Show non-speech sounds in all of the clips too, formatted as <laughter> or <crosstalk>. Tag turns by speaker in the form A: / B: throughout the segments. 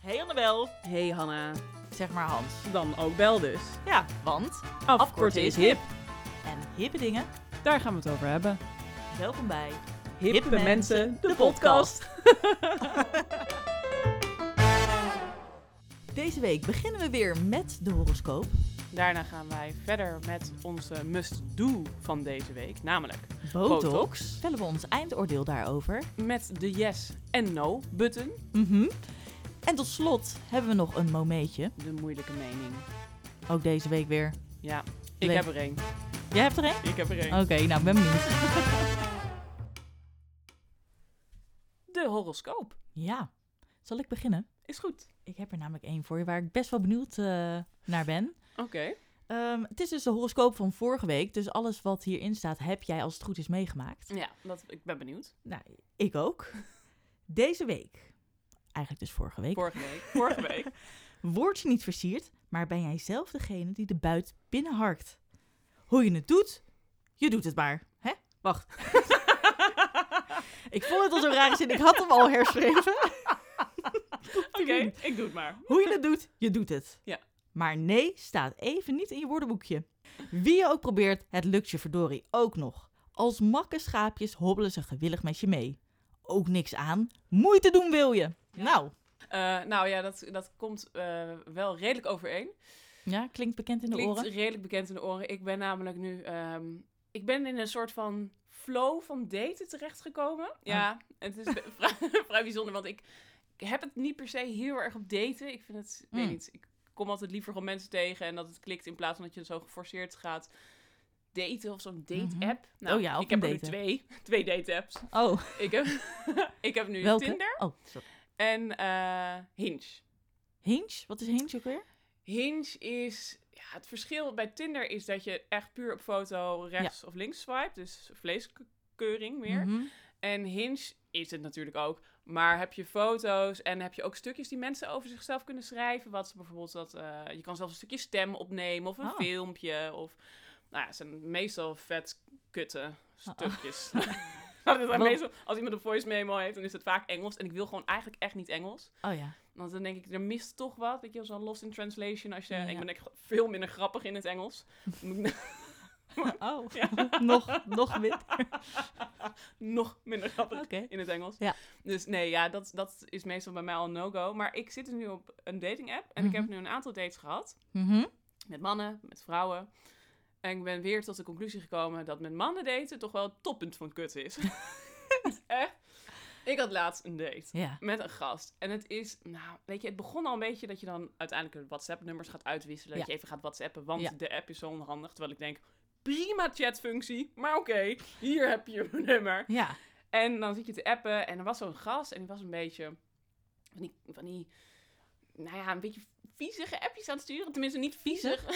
A: Hey Annabel.
B: Hey Hanna,
A: Zeg maar Hans.
B: dan ook bel dus.
A: Ja, want
B: Afkorten is hip.
A: En hippe dingen.
B: Daar gaan we het over hebben.
A: Welkom bij.
B: Hippe, mensen, de,
A: de
B: podcast.
A: <laughs> Deze week beginnen we weer met de horoscoop.
C: Daarna gaan wij verder met onze must-do van deze week. Namelijk
A: Botox.
C: Botox.
A: Stellen we ons eindoordeel daarover.
C: met de yes- en no-button.
A: Mhm. En tot slot hebben we nog een momentje.
C: De moeilijke mening.
A: Ook deze week weer.
C: Ja, ik
A: Leuk.
C: heb er één.
A: Jij hebt er een?
C: Ik heb er één.
B: Oh.
A: Oké, nou ik ben benieuwd.
C: De horoscoop.
A: Ja, zal ik beginnen?
C: Is goed.
A: Ik heb er namelijk één voor je waar ik best wel benieuwd eh, naar ben.
C: Oké.
A: Ehm, het is dus de horoscoop van vorige week. Dus alles wat hierin staat, heb jij als het goed is meegemaakt.
C: Ja, dat, ik ben benieuwd.
A: Nou, ik ook. <laughs> Deze week, eigenlijk dus vorige week,
C: Vorige
B: <laughs>
C: week. Vorige week.
A: word je niet versierd, maar ben jij zelf degene die de buit binnenharkt. Hoe je het doet, je doet het maar. Hè? Wacht. <laughs> ik vond het al zo raar zin, ik had hem al herschreven.
C: Oké, ik doe het maar.
A: Hoe je het doet, je doet het.
C: Ja.
A: Maar nee staat even niet in je woordenboekje. Wie je ook probeert, het lukt je verdorie ook nog. Als makke schaapjes hobbelen ze gewillig met je mee. Ook niks aan. Moeite doen wil je.
C: Ja.
A: Nou.
C: Eh, nou ja, dat, dat komt eh, wel redelijk overeen.
A: Ja, klinkt bekend in de
C: Klinkt
A: oren.
C: redelijk bekend in de oren. Ik ben namelijk nu... ehm, ik ben in een soort van flow van daten terechtgekomen. Ja, het is <laughs> be- vrij, vrij bijzonder, want ik heb het niet per se heel erg op daten. Ik vind het... Ik weet
A: Mm.
C: niet. Ik kom altijd liever gewoon mensen tegen en dat het klikt in plaats van dat je zo geforceerd gaat daten of zo'n date-app. Nou,
A: Oh ja, ook
C: ik heb
A: een
C: er nu
A: date-app.
C: twee. <laughs> Twee date-apps.
A: Oh,
C: Ik heb, <laughs> ik heb nu
A: welke?
C: Tinder
A: Oh, sorry.
C: en eh, Hinge.
A: Hinge? Wat is Hinge ook weer?
C: Hinge is... Ja, het verschil bij Tinder is dat je echt puur op foto rechts of links swipe. Dus vleeskeuring meer.
A: Mhm.
C: En Hinge is het natuurlijk ook. Maar heb je foto's en heb je ook stukjes die mensen over zichzelf kunnen schrijven. Wat ze bijvoorbeeld dat... eh, je kan zelfs een stukje stem opnemen of een
A: Oh.
C: filmpje. Of, nou ja, het zijn meestal vet
A: Oh,
C: kutte
A: <laughs>
C: stukjes. <laughs> Dat is dan
A: Wat-
C: meestal, als iemand een voice memo heeft, dan is het vaak Engels. En ik wil gewoon eigenlijk echt niet Engels.
A: Oh
C: <laughs>
A: ja.
C: Want dan denk ik, er mist toch wat. Weet je, wel, zo'n lost in translation. Als je,
A: Ja.
C: Ik ben echt veel minder grappig in het Engels. Moet ik
A: Oh, <laughs> nog, nog wit.
C: <laughs> Nog minder grappig
A: Oké.
C: in het Engels.
A: Ja.
C: Dus nee, ja, dat, dat is meestal bij mij al een no-go. Maar ik zit dus nu op een dating app. En ik heb nu een aantal dates gehad.
A: Mhm.
C: Met mannen, met vrouwen. En ik ben weer tot de conclusie gekomen dat met mannen daten toch wel het toppunt van kut is. <laughs> echt. Ik had laatst een date.
A: Ja.
C: Met een gast. En het is, nou, weet je, het begon al een beetje dat je dan uiteindelijk de WhatsApp-nummers gaat uitwisselen. Dat
A: Ja.
C: je even gaat WhatsAppen, want
A: Ja.
C: de app is zo onhandig. Terwijl ik denk, prima chatfunctie, maar oké, hier heb je mijn nummer. <laughs>
A: Ja.
C: En dan zit je te appen en er was zo'n gast en die was een beetje van die, van die nou ja, een beetje viezige appjes aan het sturen. Tenminste, niet viezig. <laughs>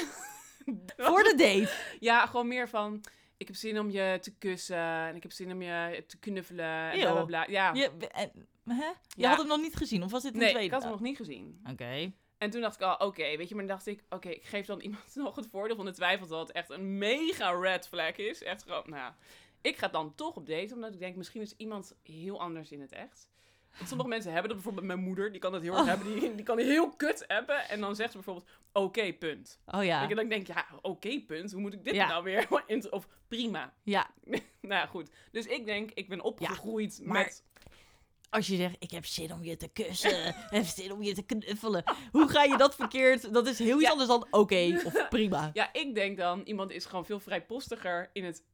A: Voor de date.
C: Ja, gewoon meer van, ik heb zin om je te kussen en ik heb zin om je te knuffelen en bla bla
A: Eeuw.
C: bla. Ja,
A: Je, en- hè? je
C: Ja.
A: had hem nog niet gezien, of was dit een
C: nee,
A: tweede?
C: ik had hem
A: dag?
C: nog niet gezien.
A: Oké.
C: En toen dacht ik al, oké, weet je, maar dan dacht ik, oké, ik geef dan iemand <laughs> nog het voordeel van de twijfel dat het echt een mega red flag is. Echt gewoon, nou, ja. ik ga dan toch op date, omdat ik denk, misschien is iemand heel anders in het echt. Want sommige mensen hebben dat, bijvoorbeeld mijn moeder, die kan dat heel
A: Oh.
C: erg hebben, die, die kan heel kut appen. En dan zegt ze bijvoorbeeld, oké, punt.
A: Oh ja.
C: En dan denk ik, ja, oké, punt, hoe moet ik dit
A: Ja.
C: nou weer? <laughs> in- Of prima.
A: Ja,
C: Nou ja, goed. Dus ik denk, ik ben opgegroeid
A: maar-
C: met...
A: als je zegt, ik heb zin om je te kussen, <laughs> heb zin om je te knuffelen. Hoe ga je dat verkeerd? Dat is heel iets
C: Ja.
A: anders dan oké <laughs> of prima.
C: Ja, ik denk dan, iemand is gewoon veel vrijpostiger in het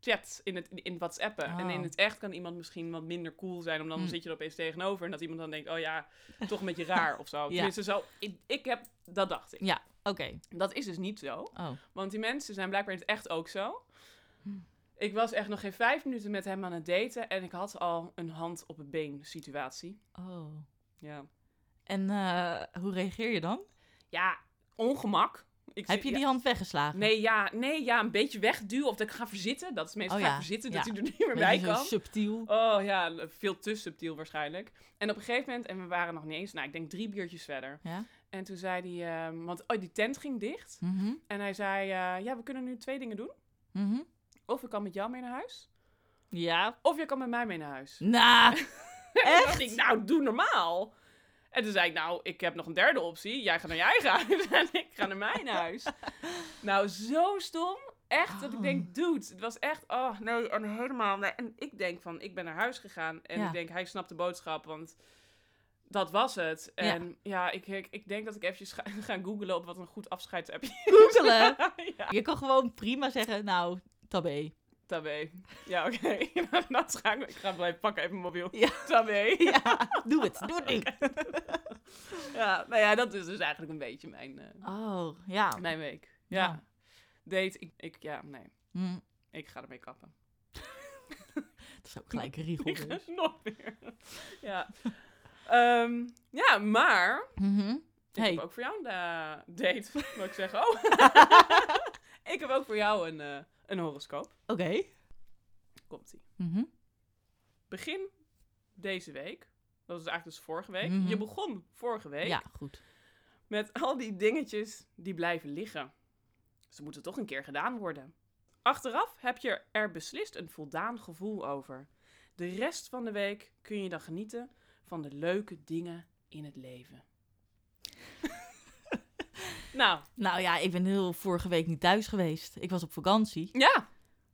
C: chat, in het in WhatsAppen. En
A: Oh.
C: in het echt kan iemand misschien wat minder cool zijn, omdat dan
A: Mm.
C: zit je er opeens tegenover. En dat iemand dan denkt, oh ja, toch een beetje raar
A: <laughs>
C: of zo. Tenminste, zo, ik, ik heb, dat dacht ik.
A: Ja, oké.
C: Dat is dus niet zo.
A: Oh.
C: Want die mensen zijn blijkbaar in het echt ook zo.
A: Hmm.
C: Ik was echt nog geen vijf minuten met hem aan het daten en ik had al een hand op het been situatie.
A: oh.
C: Ja,
A: En eh, hoe reageer je dan?
C: ja ongemak. Ik
A: Heb
C: zit-
A: je
C: ja.
A: die hand weggeslagen?
C: Nee ja, nee, ja, een beetje wegduwen of dat ik ga verzitten. Dat is meestal
A: Oh
C: ga
A: ja,
C: verzitten, dat
A: ja.
C: hij er <laughs> niet meer
A: Beetje
C: bij
A: zo
C: kan.
A: subtiel.
C: Oh ja, veel te subtiel waarschijnlijk. En op een gegeven moment, en we waren nog niet eens, nou ik denk drie biertjes verder.
A: Ja.
C: En toen zei hij, ehm, want oh, die tent ging dicht.
A: Mhm,
C: En hij zei, eh, ja we kunnen nu twee dingen doen.
A: mhm.
C: Of ik kan met jou mee naar huis.
A: Ja.
C: Of jij kan met mij mee naar huis.
A: <laughs> Nou,
C: En toen dacht
A: echt?
C: ik, nou doe normaal. En toen zei ik, nou, ik heb nog een derde optie. Jij gaat naar je eigen huis <laughs> en ik ga naar mijn huis. nou, zo stom. Echt, dat ik denk, dude, het was echt, oh nee, en helemaal. nee. En ik denk van, ik ben naar huis gegaan. En
A: Ja.
C: ik denk, hij snapt de boodschap, want dat was het. En ja, ik, ik, ik denk dat ik eventjes ga, <laughs> ga googlen op wat een goed afscheidsappje is.
A: Googelen.
C: <laughs> ja,
A: Je kan gewoon prima zeggen, nou, tabé.
C: tabé. Ja, oké. <laughs> Nou, dat ga ik, ik ga blijven pakken, even mijn mobiel.
A: Ja.
C: Tabé.
A: <laughs> Ja, <laughs> doe het, doe het <laughs> niet.
C: Ja, nou ja, dat is dus eigenlijk een beetje mijn, eh,
A: Oh, ja.
C: mijn week. Ja.
A: Ja.
C: Date, ik, ik, ja, nee.
A: Hm,
C: Ik ga ermee kappen. <laughs>
A: dat is ook <laughs> gelijk rigoureus.
C: Nog weer. <laughs> ja. Ehm, ja, maar
A: Mhm.
C: ik
A: Hey.
C: heb ook voor jou een eh, date, <laughs> moet ik zeggen.
A: <laughs>
C: Oh. ik heb ook voor jou een, eh, een horoscoop.
A: Oké.
C: Komt-ie.
A: Mhm.
C: Begin deze week. Dat was eigenlijk dus vorige week.
A: Mhm.
C: Je begon vorige week.
A: Ja, goed.
C: Met al die dingetjes die blijven liggen. Ze moeten toch een keer gedaan worden. Achteraf heb je er beslist een voldaan gevoel over. De rest van de week kun je dan genieten van de leuke dingen in het leven. <laughs> nou,
A: Nou ja, ik ben heel vorige week niet thuis geweest. Ik was op vakantie.
C: ja.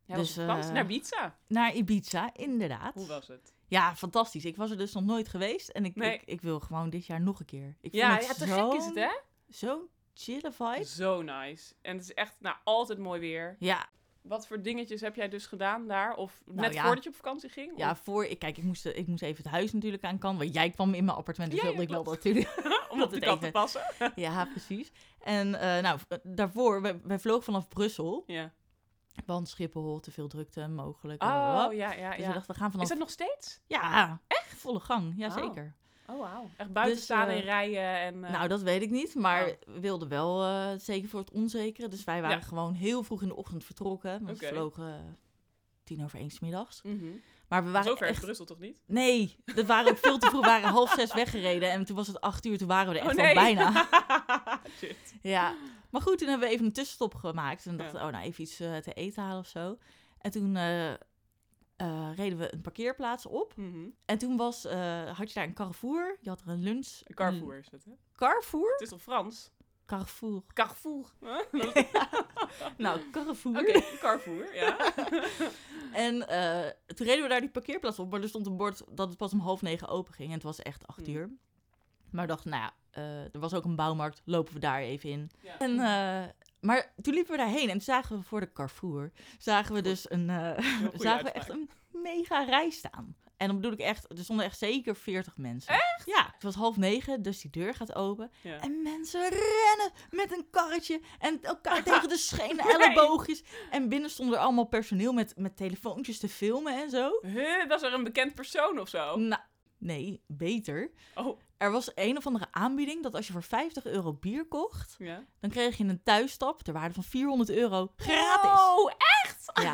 C: Jij
A: Dus,
C: was op vakantie
A: eh,
C: naar Ibiza.
A: Naar Ibiza, inderdaad.
C: Hoe was het?
A: Ja, fantastisch. Ik was er dus nog nooit geweest. En ik,
C: Nee.
A: ik, ik wil gewoon dit jaar nog een keer. Ik
C: Ja,
A: vond
C: ja,
A: het
C: te gek is het,
A: zo'n-
C: hè?
A: Zo'n chille vibe.
C: Zo nice. En het is echt nou, altijd mooi weer.
A: Ja,
C: Wat voor dingetjes heb jij dus gedaan daar? Of net
A: Nou ja.
C: voordat je op vakantie ging?
A: ja
C: Of-
A: voor... Ik, kijk, ik moest, ik moest even het huis natuurlijk aan kan. Want jij kwam in mijn appartement, dus
C: Ja, ja,
A: wilde ik wel
C: klopt.
A: natuurlijk
C: om <laughs>
A: dat
C: op de
A: het
C: kat te
A: even-
C: passen?
A: Ja, precies. En eh, nou, v- daarvoor, wij, wij vlogen vanaf Brussel,
C: Ja.
A: want Schiphol, te veel drukte mogelijk.
C: Oh,
A: blablabla.
C: ja, ja,
A: Dus we
C: ja.
A: dachten, we gaan
C: Is
A: vanaf...
C: dat nog steeds?
A: Ja, echt? Volle gang, ja zeker.
C: Oh, wauw. Echt buiten
A: Dus,
C: staan
A: eh,
C: en rijden en... eh,
A: Nou, dat weet ik niet, maar
C: Oh.
A: we wilden wel eh, zeker voor het onzekere. Dus wij waren
C: Ja.
A: gewoon heel vroeg in de ochtend vertrokken. Want
C: Oké.
A: we vlogen eh, tien over één 's middags.
C: mhm.
A: Maar we waren
C: Zo ver is
A: echt...
C: Brussel toch
A: <laughs>
C: niet?
A: Nee, dat waren ook veel te vroeg. We waren half zes weggereden en toen was het acht uur. Toen waren we er
C: oh,
A: echt
C: nee.
A: al bijna.
C: <laughs> Ah, Shit.
A: Ja, maar goed, toen hebben we even een tussenstop gemaakt. En
C: Ja.
A: dachten, oh, nou even iets eh, te eten halen of zo. En toen eh, eh, reden we een parkeerplaats op.
C: Mhm.
A: En toen was, eh, had je daar een Carrefour. Je had er een lunch.
C: Een
A: Mm.
C: Carrefour is het, hè?
A: Een Carrefour?
C: Het is toch Frans?
A: Carrefour.
C: Carrefour. Huh? Oké,
A: <laughs> Nou, Carrefour.
C: Carrefour, <laughs> ja.
A: En eh, toen reden we daar die parkeerplaats op. Maar er stond een bord dat het pas om half negen open ging. En het was echt acht
C: Hmm.
A: uur. Maar we dachten, nou ja, eh, er was ook een bouwmarkt. Lopen we daar even in.
C: Ja.
A: En, eh, maar toen liepen we daarheen en toen zagen we voor de Carrefour, zagen we dus een, eh,
C: Heel goede
A: zagen we
C: uitspraak.
A: echt een mega rij staan. En dan bedoel ik echt, er stonden echt zeker 40 mensen. Echt? Ja, het was half negen, dus die deur gaat open.
C: Ja.
A: En mensen rennen met een karretje en
C: <laughs>
A: elkaar tegen de schenen, elleboogjes. En binnen stond er allemaal personeel met, met telefoontjes te filmen en zo.
C: Huh, was er een bekend persoon of zo?
A: Nou, nee, beter.
C: Oh,
A: Er was een of andere aanbieding dat als je voor 50 euro bier kocht,
C: ja.
A: dan kreeg je een thuisstap ter waarde van 400 euro gratis.
C: Oh,
A: Ja,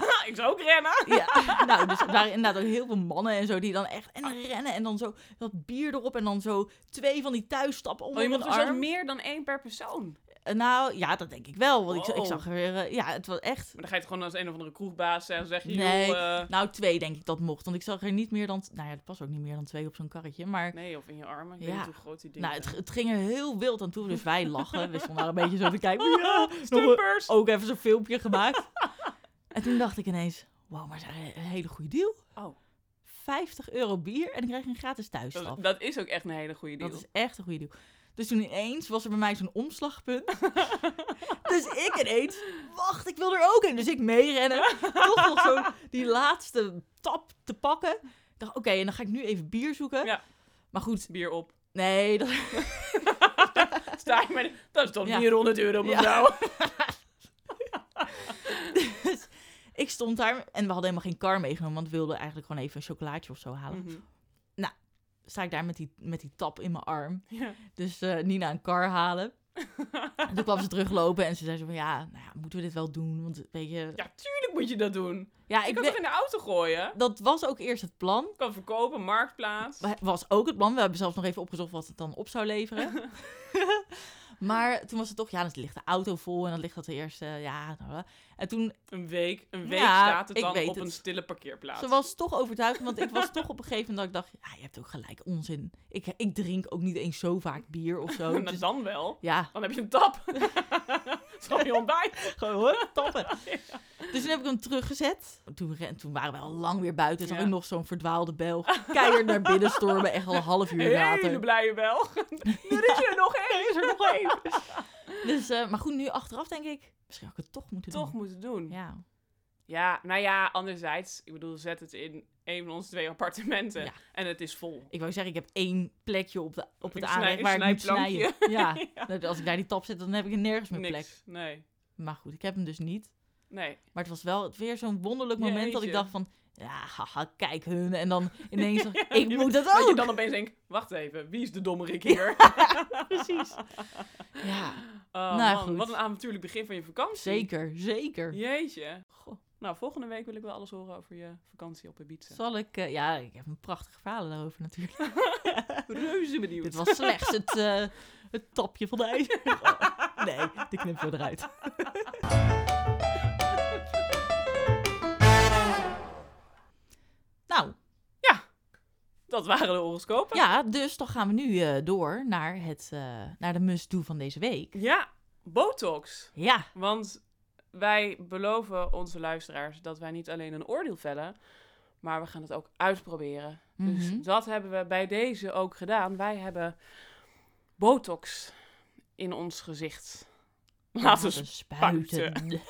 C: echt? Ik zou ook rennen.
A: ja. <laughs> nou, dus er waren inderdaad ook heel veel mannen en zo die dan echt en dan rennen en dan zo dat bier erop en dan zo twee van die thuisstappen
C: Oh, je
A: onder
C: mocht
A: mijn
C: dus al
A: arm.
C: meer dan één per persoon.
A: Eh, Nou, ja, dat denk ik wel, want ik, ik
C: Wow.
A: zag er weer, eh, ja, het was echt.
C: Maar dan ga je toch gewoon als een of andere kroegbaas en zeg je...
A: Nee.
C: joh, eh,
A: Nou, twee denk ik dat mocht, want ik zag er niet meer dan, nou ja, het was ook niet meer dan twee op zo'n karretje, maar.
C: nee, of in je armen. Ik
A: Ja.
C: weet niet hoe groot die dingen
A: Nou, het,
C: zijn.
A: g- het ging er heel wild aan toe, dus wij lachen. We stonden daar een beetje zo te kijken. <laughs>
C: <laughs>
A: Ja, nog Oh, een-
C: Ah, Stumpers!
A: ook even zo'n filmpje
C: <laughs>
A: gemaakt. en toen dacht ik ineens, wow, maar ze hebben een hele goede deal.
C: Oh.
A: 50 euro bier en dan krijg je een gratis thuisstap.
C: Dat,
A: Dat,
C: dat is ook echt een hele goede deal.
A: is echt een goede deal. Dus toen ineens was er bij mij zo'n
C: <laughs>
A: omslagpunt. dus ik ineens, wacht, ik wil er ook in. Dus ik meerennen. Toch nog
C: <laughs>
A: zo die laatste tap te pakken. Ik dacht, oké, en dan ga ik nu even bier zoeken.
C: Ja.
A: Maar goed,
C: Bier op.
A: nee, dat, <laughs>
C: Sta je met... Dat is toch
A: Ja.
C: 400 euro,
A: Ja. <laughs>
C: mevrouw?
A: dus ik stond daar en we hadden helemaal geen kar meegenomen, want we wilden eigenlijk gewoon even een chocolaatje of zo halen.
C: Mhm.
A: sta ik daar met die, met die tap in mijn arm.
C: Ja.
A: Dus eh, Nina een kar halen. en toen kwam ze teruglopen en ze zei zo van ja, nou ja, moeten we dit wel doen? Want weet je,
C: Ja, tuurlijk moet je dat doen.
A: ja,
C: Ik
A: ik
C: kan
A: weet-
C: toch in de auto gooien?
A: dat was ook eerst het plan.
C: Kan verkopen, marktplaats. <laughs>
A: Maar het Was ook het plan. We hebben zelfs nog even opgezocht wat het dan op zou leveren. Maar toen was het toch, ja, dan ligt de auto vol en dan ligt dat eerst, eh, ja. blablabla. En toen,
C: Een week, een week
A: Ja,
C: staat het
A: ik
C: dan
A: weet
C: op
A: het.
C: een stille parkeerplaats.
A: ze was toch overtuigd, want ik was toch op een gegeven moment dat ik dacht, ja, je hebt ook gelijk, onzin. Ik, ik drink ook niet eens zo vaak bier of
C: <laughs>
A: zo.
C: <laughs> Nou,
A: Dus,
C: dan wel.
A: ja,
C: Dan heb je een tap. <laughs> Zal je ontbijt.
A: Gewoon hoor, tappen.
C: <laughs>
A: Dus toen heb ik hem teruggezet. Toen, ren- toen waren we al lang weer buiten. Toen
C: Ja.
A: ik nog zo'n verdwaalde Belg. Keihard naar binnen stormen. Echt al een half uur
C: Hele
A: later.
C: blije
A: <laughs>
C: wel. <laughs> Er is er nog één. is er nog één.
A: Dus, eh, maar goed, nu achteraf denk ik. Misschien had ik het toch moeten
C: <laughs> Toch
A: doen.
C: moeten doen. Ja.
A: Ja.
C: nou ja, anderzijds. Ik bedoel, zet het in een van onze twee appartementen.
A: Ja.
C: En het is vol.
A: Ik wou zeggen, ik heb één plekje op, de, op het
C: Een snij-
A: aanrecht waar ik
C: een
A: moet snijden. <laughs> Ja.
C: <laughs> Ja.
A: Nou, Als ik daar die tap zet, dan heb ik er nergens meer plek.
C: Niks. Nee.
A: Maar goed, ik heb hem dus niet.
C: Nee.
A: Maar het was wel weer zo'n wonderlijk moment dat ik
C: Jeetje.
A: dacht van... Ja, haha, kijk hun. En
C: <laughs>
A: dan ineens dacht ik, ik
C: Je-
A: moet dat
C: Dat je
A: ook.
C: dan opeens denkt, wacht even, wie is de dommerik
A: <laughs>
C: hier?
A: Precies. Ja,
C: Oh,
A: Nou,
C: man,
A: goed.
C: Wat een avontuurlijk begin van je vakantie.
A: zeker, zeker.
C: Jeetje.
A: Goh.
C: Nou, volgende week wil ik wel alles horen over je vakantie op Ibiza.
A: Zal ik... eh, ja, ik heb een prachtige verhalen daarover natuurlijk.
C: Reuze benieuwd.
A: Dit was slechts het, eh, het tapje van de ijzer. nee, die knippen we eruit. nou,
C: Dat waren de horoscopen.
A: ja, dus dan gaan we nu eh, door naar, het, eh, naar de must-do van deze week.
C: Ja, botox.
A: Ja,
C: Want wij beloven onze luisteraars dat wij niet alleen een oordeel vellen, maar we gaan het ook uitproberen.
A: mhm.
C: Dus dat hebben we bij deze ook gedaan. Wij hebben botox in ons gezicht laten
A: Laten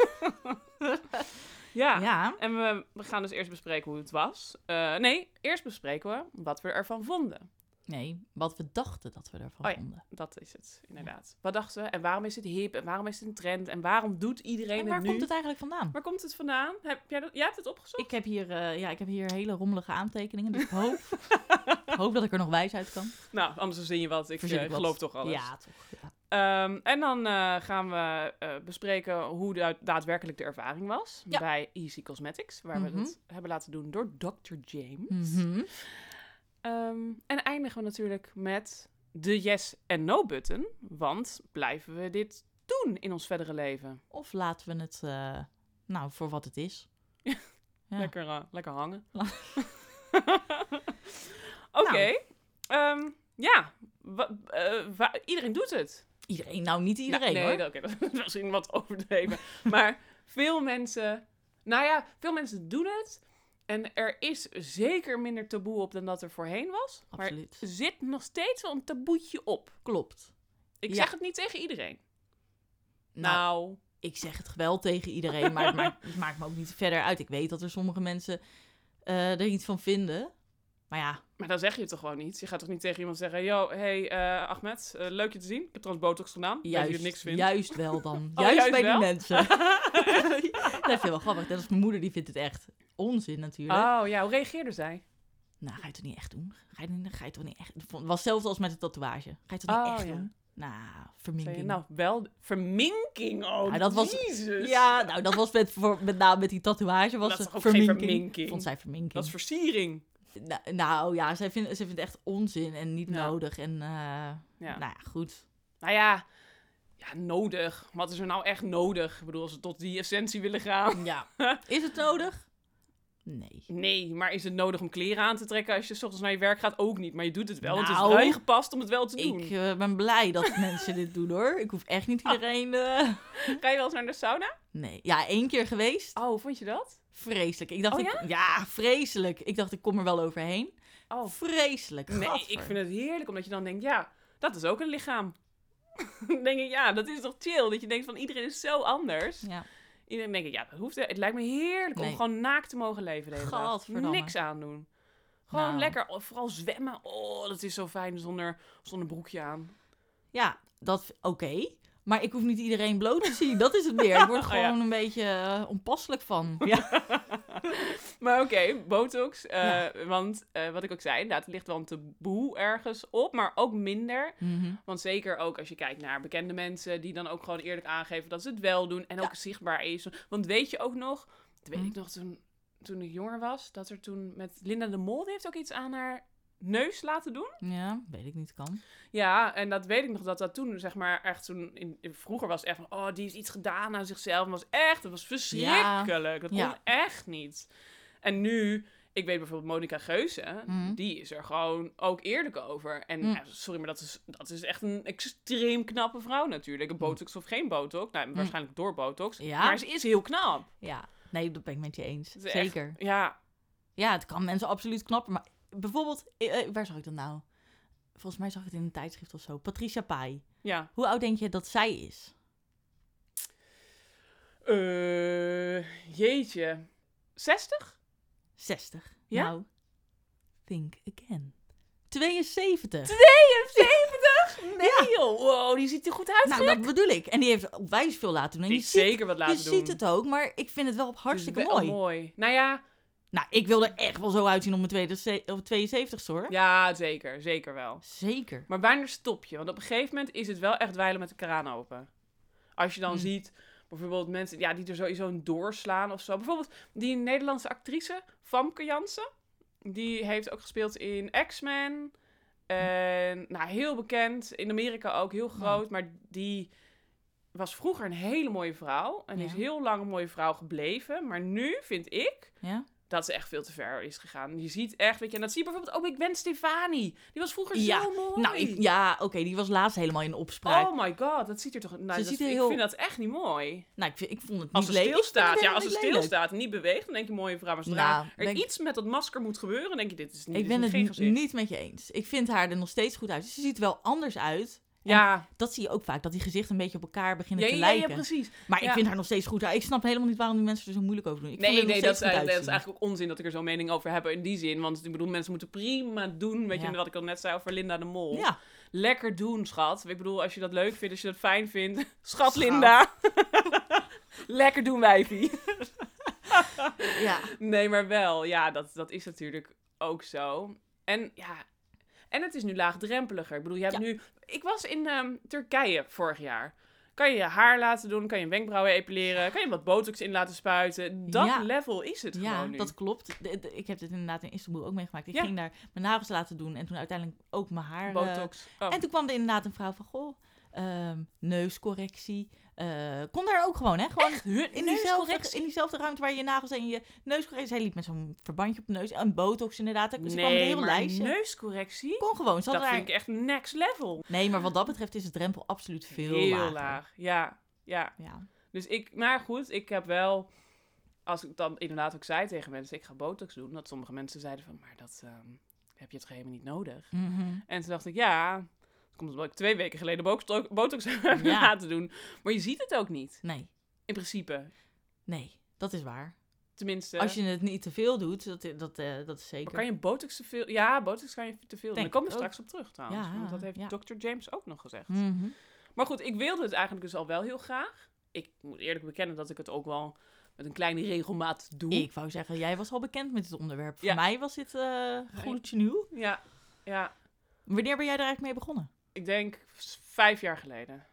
C: Ja.
A: ja,
C: En we, we gaan dus eerst bespreken hoe het was. Eh, nee, eerst bespreken we wat we ervan vonden.
A: nee, wat we dachten dat we ervan
C: Oh ja.
A: vonden.
C: Dat is het, inderdaad. Wat dachten we? En waarom is het hip? En waarom is het een trend? En waarom doet iedereen
A: En waar
C: het nu?
A: komt het eigenlijk vandaan?
C: Waar komt het vandaan? Heb jij, dat, jij hebt het opgezocht?
A: Ik heb hier, eh, ja, ik heb hier hele rommelige aantekeningen. Dus ik
C: <laughs>
A: hoop, ik hoop dat ik er nog wijs uit kan.
C: Nou, anders verzin je wat. Ik
A: Verzin
C: eh,
A: ik wat.
C: geloof toch alles.
A: Ja, toch. Ja.
C: Ehm, en dan eh, gaan we eh, bespreken hoe de, daadwerkelijk de ervaring was
A: Ja.
C: bij Easy Cosmetics. Waar
A: Mhm.
C: we het hebben laten doen door Dr. James.
A: Mhm.
C: Ehm, en eindigen we natuurlijk met de yes en no button. Want blijven we dit doen in ons verdere leven?
A: Of laten we het, eh, nou, voor wat het is. Ja. Nou.
C: Lekker, eh, lekker
A: <laughs>
C: hangen.
A: La-
C: Oké. Ehm, ja. Wa- eh, wa- iedereen doet het.
A: Iedereen, nou niet iedereen
C: Nou, nee,
A: hoor.
C: dat- oké, <laughs> dat is misschien wat overdreven. maar veel mensen... Nou ja, veel mensen doen het. En er is zeker minder taboe op dan dat er voorheen was. Maar
A: Absoluut.
C: er zit nog steeds wel een taboetje op.
A: Klopt.
C: Ik
A: Ja.
C: zeg het niet tegen iedereen.
A: Nou,
C: Nou,
A: ik zeg het wel tegen iedereen, maar het maakt, het maakt me ook niet verder uit. Ik weet dat er sommige mensen eh, er iets van vinden. Maar ja,
C: maar dan zeg je het toch gewoon niet? Je gaat toch niet tegen iemand zeggen... Yo, hey eh, Ahmed, eh, leuk je te zien. Ik heb trouwens botox gedaan. Ik weet dat je
A: juist,
C: het niks vindt. <laughs>
A: juist wel dan.
C: Oh,
A: juist,
C: juist
A: bij
C: wel?
A: die mensen.
C: <laughs>
A: dat vind ik wel grappig. Dat is mijn moeder, die vindt het echt onzin natuurlijk.
C: Oh ja, hoe reageerde zij?
A: Nou, ga je het toch niet echt doen? Ga je, het- ga je het toch niet echt Het was hetzelfde als met de tatoeage. Ga je het toch niet
C: Oh,
A: echt
C: ja.
A: doen? Nou,
C: Zei je,
A: verminking.
C: nou, wel verminking ook.
A: Ja, dat was-
C: Jezus.
A: Ja, nou, dat was met, voor, met name met die tatoeage. Was
C: dat is
A: het
C: toch ook
A: verminking.
C: geen verminking?
A: Vond zij verminking.
C: Dat is versiering.
A: nou, nou ja, zij vindt, zij vindt het echt onzin en niet
C: Ja.
A: nodig. En eh, nou
C: Ja.
A: ja, goed.
C: Nou ja, ja, nodig. Wat is er nou echt nodig? Ik bedoel, als ze tot die essentie willen gaan.
A: Ja. <laughs> Is het nodig? Nee.
C: Nee, maar is het nodig om kleren aan te trekken als je 's ochtends naar je werk gaat? Ook niet, maar je doet het wel. Want het is
A: Nou.
C: vrij gepast om het wel te doen.
A: Ik eh, ben blij dat <laughs> mensen dit doen hoor. Ik hoef echt niet iedereen... eh,
C: Ga je wel eens naar de sauna?
A: Nee. Ja, één keer geweest.
C: Oh, vond je dat?
A: Vreselijk. Ik dacht,
C: Oh,
A: ik, ja, vreselijk. Ik dacht, ik kom er wel overheen.
C: Oh,
A: Vreselijk.
C: nee, ik vind het heerlijk. Omdat je dan denkt, ja, dat is ook een lichaam. <laughs> dan denk ik, ja, dat is toch chill? Dat je denkt van, iedereen is zo anders.
A: Ja.
C: Iedereen denkt, ja, dat hoeft. Het lijkt me heerlijk
A: Nee.
C: om gewoon naakt te mogen leven. De hele dag.
A: Gadverdamme.
C: Niks aan doen. Gewoon
A: Nou.
C: lekker, oh, vooral zwemmen. Oh, dat is zo fijn zonder, zonder broekje aan.
A: ja, dat oké. Maar ik hoef niet iedereen bloot te zien. Dat is het meer. Ik word er
C: <laughs> Oh, ja.
A: gewoon een beetje eh, onpasselijk van. Ja.
C: Maar oké, botox. eh,
A: Ja.
C: Want eh, wat ik ook zei, inderdaad, er ligt wel een taboe ergens op, maar ook minder.
A: Mhm.
C: Want zeker ook als je kijkt naar bekende mensen die dan ook gewoon eerlijk aangeven dat ze het wel doen en ook zichtbaar is. Want weet je ook nog, dat weet
A: Mhm.
C: ik nog toen, toen ik jonger was, dat er toen met Linda de Mol, die heeft ook iets aan haar neus laten doen.
A: Ja, weet ik niet, kan.
C: Ja, en dat weet ik nog, dat dat toen zeg maar echt zo'n... in- in- vroeger was het echt van, oh, die heeft iets gedaan aan zichzelf. Dat was echt, dat was verschrikkelijk. Dat kon
A: Ja.
C: echt niet. En nu, ik weet bijvoorbeeld Monica Geuze,
A: Mhm.
C: die is er gewoon ook eerlijk over. En
A: Mm.
C: ja, sorry, maar dat is, dat is echt een extreem knappe vrouw natuurlijk. Een botox of geen botox, nou, waarschijnlijk door botox.
A: Mhm. Ja.
C: Maar ze is heel knap.
A: Ja, nee, dat ben ik met je eens.
C: Het is echt-
A: Zeker.
C: ja,
A: Ja, het kan mensen absoluut knappen. Maar bijvoorbeeld, eh, eh, waar zag ik dat nou? Volgens mij zag ik het in een tijdschrift of zo. Patricia Pai.
C: ja.
A: Hoe oud denk je dat zij is?
C: Eh, jeetje. 60?
A: 60.
C: Ja?
A: Nou, think again. 72.
C: 72? Nee joh, wow, die ziet er goed uit.
A: nou, dat bedoel ik. En die heeft onwijs veel laten doen. En
C: Die
A: je
C: heeft
A: ziet,
C: zeker wat
A: je
C: laten doen.
A: ziet het ook, maar ik vind het wel hartstikke
C: Het is wel
A: mooi.
C: Nou ja,
A: Nou, ik wil er echt wel zo uitzien op mijn tweede ze- of 72 hoor.
C: ja, zeker. Zeker wel.
A: Zeker.
C: Maar wanneer stop je? Want op een gegeven moment is het wel echt dweilen met de kraan open. Als je dan
A: Hm.
C: ziet, bijvoorbeeld mensen ja, die er sowieso een doorslaan of zo. Bijvoorbeeld die Nederlandse actrice, Famke Jansen. Die heeft ook gespeeld in X-Men. En nou, heel bekend. In Amerika ook heel groot. Maar die was vroeger een hele mooie vrouw. En
A: Ja.
C: is heel lang een mooie vrouw gebleven. Maar nu vind ik
A: Ja?
C: dat ze echt veel te ver is gegaan. Je ziet echt, weet je, en dat zie je bijvoorbeeld ook ik Ben Stefani. Die was vroeger
A: Ja,
C: zo mooi.
A: Nou, ik- ja, oké, die was laatst helemaal in opspraak.
C: Oh my god, dat ziet er toch... Nou,
A: Ze
C: dat,
A: ziet er
C: ik
A: heel-
C: vind dat echt niet mooi.
A: Nou, ik, vind- ik vond het
C: Als
A: niet
C: ze
A: leuk. Ik vond het
C: stilstaat, ja,
A: helemaal
C: als ze
A: niet lelijk.
C: stilstaat en niet beweegt, dan denk je, mooie vrouw. Maar zodra
A: Nou,
C: er
A: denk-
C: iets met dat masker moet gebeuren, dan denk je, dit is niet
A: Ik ben
C: dit
A: het
C: is geen gezicht.
A: niet met je eens. Ik vind haar er nog steeds goed uit. Ze ziet er wel anders uit.
C: Ja,
A: Dat zie je ook vaak, dat die gezichten een beetje op elkaar beginnen
C: ja,
A: te
C: ja, ja,
A: lijken.
C: precies.
A: maar ik
C: ja.
A: vind haar nog steeds goed uit. Ik snap helemaal niet waarom die mensen er zo moeilijk over doen. Ik
C: nee,
A: vind
C: nee, dat is,
A: goed
C: dat is
A: uitzien.
C: eigenlijk ook onzin dat ik er zo'n mening over heb in die zin. Want ik bedoel, mensen moeten prima doen. Weet
A: Ja.
C: je wat ik al net zei over Linda de Mol?
A: Ja,
C: Lekker doen, schat. Ik bedoel, als je dat leuk vindt, als je dat fijn vindt. <laughs> Schat,
A: Schat.
C: Linda. <laughs> Lekker doen, wijfie.
A: ja.
C: Nee, maar wel. Ja, dat, dat is natuurlijk ook zo. En ja, en het is nu laagdrempeliger. Ik bedoel, je hebt
A: Ja.
C: nu... Ik was in ehm, Turkije vorig jaar. Kan je je haar laten doen, kan je wenkbrauwen epileren, kan je wat botox in laten spuiten. Dat
A: Ja.
C: level is het
A: ja
C: gewoon nu.
A: dat klopt. De- de- ik heb dit inderdaad in Istanbul ook meegemaakt. Ik
C: Ja.
A: ging daar mijn nagels laten doen en toen uiteindelijk ook mijn haar. eh,
C: botox. Oh.
A: En toen kwam er inderdaad een vrouw van, goh, ehm, neuscorrectie. Eh, kon daar ook gewoon, hè? Gewoon in, diezelfde,
C: Neuscorrectie?
A: in diezelfde ruimte waar je nagels en je neuscorrectie... Zij liep met zo'n verbandje op de neus en botox inderdaad. Ze kwam met een
C: Nee,
A: heel
C: maar
A: lijstje.
C: neuscorrectie?
A: Kon gewoon. Ze had
C: Dat
A: daar...
C: vind ik echt next level.
A: Nee, maar wat dat betreft is de drempel absoluut veel
C: Heel
A: lager.
C: laag. Ja, ja.
A: Ja.
C: Dus ik, maar goed, ik heb wel, als ik dan inderdaad ook zei tegen mensen, ik ga botox doen, dat sommige mensen zeiden van, maar dat ehm, heb je het geheim niet nodig.
A: Mhm.
C: En toen dacht ik, ja, dat komt omdat ik twee weken geleden botox, botox <laughs> heb
A: Ja.
C: laten doen. Maar je ziet het ook niet,
A: Nee,
C: in principe.
A: nee, dat is waar.
C: Tenminste,
A: Als je het niet te veel doet, dat, dat, eh, dat is zeker.
C: maar kan je botox te veel, ja, botox kan je te veel doen.
A: Denk
C: Daar komen
A: ik
C: we
A: ook.
C: straks op terug trouwens,
A: Ja,
C: want dat heeft
A: ja.
C: Dr. James ook nog gezegd.
A: Mhm.
C: Maar goed, ik wilde het eigenlijk dus al wel heel graag. Ik moet eerlijk bekennen dat ik het ook wel met een kleine regelmaat doe.
A: Ik wou zeggen, jij was al bekend met dit onderwerp.
C: Ja.
A: Voor mij was dit eh gloedje nieuw.
C: Ja, ja.
A: Wanneer ben jij er eigenlijk mee begonnen?
C: Ik denk s- vijf jaar geleden.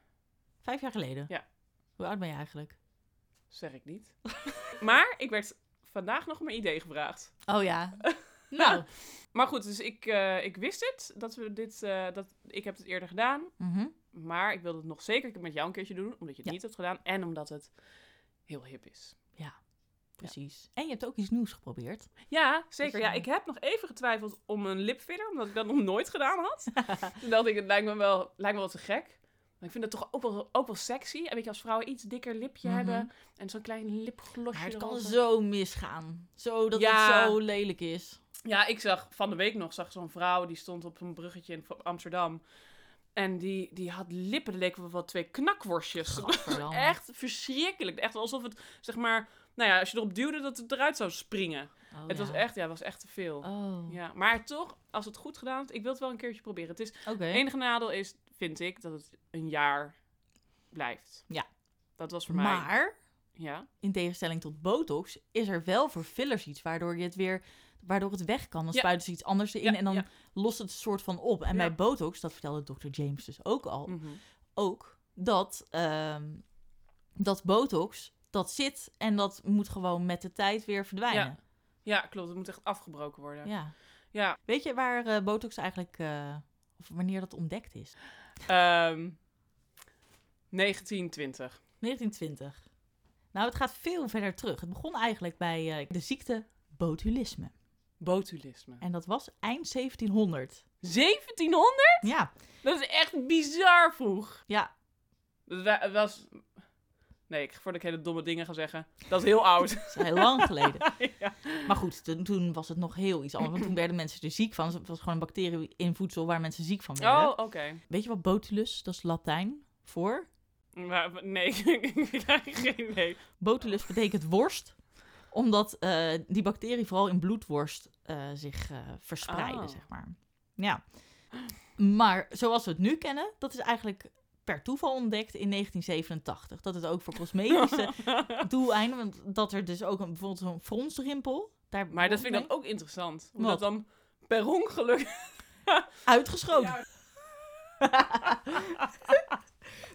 A: Vijf jaar geleden?
C: Ja.
A: Hoe oud ben je eigenlijk?
C: Zeg ik <laughs> niet. maar ik werd vandaag nog om mijn idee gevraagd.
A: Oh ja. <laughs> nou.
C: <laughs> Maar goed, dus ik, eh, ik wist het. Dat we dit, eh, dat, ik heb het eerder gedaan.
A: Mhm.
C: Maar ik wilde het nog zeker met jou een keertje doen. Omdat je het
A: Ja.
C: niet hebt gedaan. En omdat het heel hip is.
A: Precies. En je hebt ook iets nieuws geprobeerd.
C: Ja, zeker.
A: Dus,
C: Ja,
A: eh,
C: ik heb nog even getwijfeld om een lipfiller. Omdat ik dat nog nooit gedaan <laughs> had. Toen dacht ik, het lijkt me wel, lijkt me wel te gek. Maar ik vind dat toch ook wel, ook wel sexy. En weet je, als vrouwen iets dikker lipje
A: Mhm.
C: hebben. En zo'n klein lipglossje
A: Maar het kan
C: erover.
A: zo misgaan. Zo dat
C: Ja.
A: het zo lelijk is.
C: Ja, ik zag van de week nog zag ik zo'n vrouw die stond op een bruggetje in Amsterdam. En die, die had lippen, dat leken wel twee <laughs> knakworstjes.
A: Gadverdamme.
C: Echt verschrikkelijk. Echt alsof het, zeg maar, nou ja, als je erop duwde, dat het eruit zou springen.
A: Oh,
C: het
A: ja.
C: was echt, ja, het was echt te veel.
A: Oh,
C: Ja, maar toch, als het goed gedaan is, ik wil het wel een keertje proberen. Het is,
A: oké.
C: het enige nadeel is, vind ik, dat het een jaar blijft.
A: Ja.
C: Dat was voor mij.
A: Maar,
C: Ja.
A: in tegenstelling tot botox, is er wel voor fillers iets waardoor je het weer... Waardoor het weg kan. Dan
C: Ja.
A: spuiten ze iets anders erin
C: Ja,
A: en dan
C: ja.
A: lost het een soort van op. En
C: Ja.
A: bij botox, dat vertelde dokter James dus ook al,
C: Mhm.
A: ook dat, ehm, dat botox, dat zit en dat moet gewoon met de tijd weer verdwijnen.
C: Ja, klopt. Het moet echt afgebroken worden.
A: Ja.
C: Ja,
A: Weet je waar eh, botox eigenlijk, eh, of wanneer dat ontdekt is?
C: ehm 1920.
A: 1920. Nou, het gaat veel verder terug. Het begon eigenlijk bij eh, de ziekte botulisme.
C: Botulisme.
A: En dat was eind 1700.
C: 1700?
A: Ja,
C: Dat is echt bizar vroeg.
A: ja.
C: Dat wa- was... Nee, ik, voordat ik hele domme dingen ga zeggen. Dat is heel oud.
A: <laughs> Dat is heel lang geleden.
C: <laughs> Ja.
A: Maar goed, toen, toen was het nog heel iets anders. Want toen werden mensen er ziek van. Het was gewoon een bacterie in voedsel waar mensen ziek van werden.
C: Oh, oké.
A: Weet je wat botulus, dat is Latijn voor?
C: Maar- maar Nee, <laughs> ik krijg geen nee.
A: Botulus betekent worst. Omdat eh, die bacterie vooral in bloedworst eh, zich eh verspreidde,
C: Oh.
A: zeg maar. Ja. Maar zoals we het nu kennen, dat is eigenlijk per toeval ontdekt in 1987. Dat het ook voor
C: <laughs>
A: cosmetische doeleinden, want dat er dus ook een, bijvoorbeeld zo'n fronsrimpel... Daar
C: Maar
A: begon
C: dat vind ik
A: het
C: dan ook interessant. Hoe
A: Wat?
C: dat dan per ongeluk...
A: mee. Uitgeschoten. <laughs>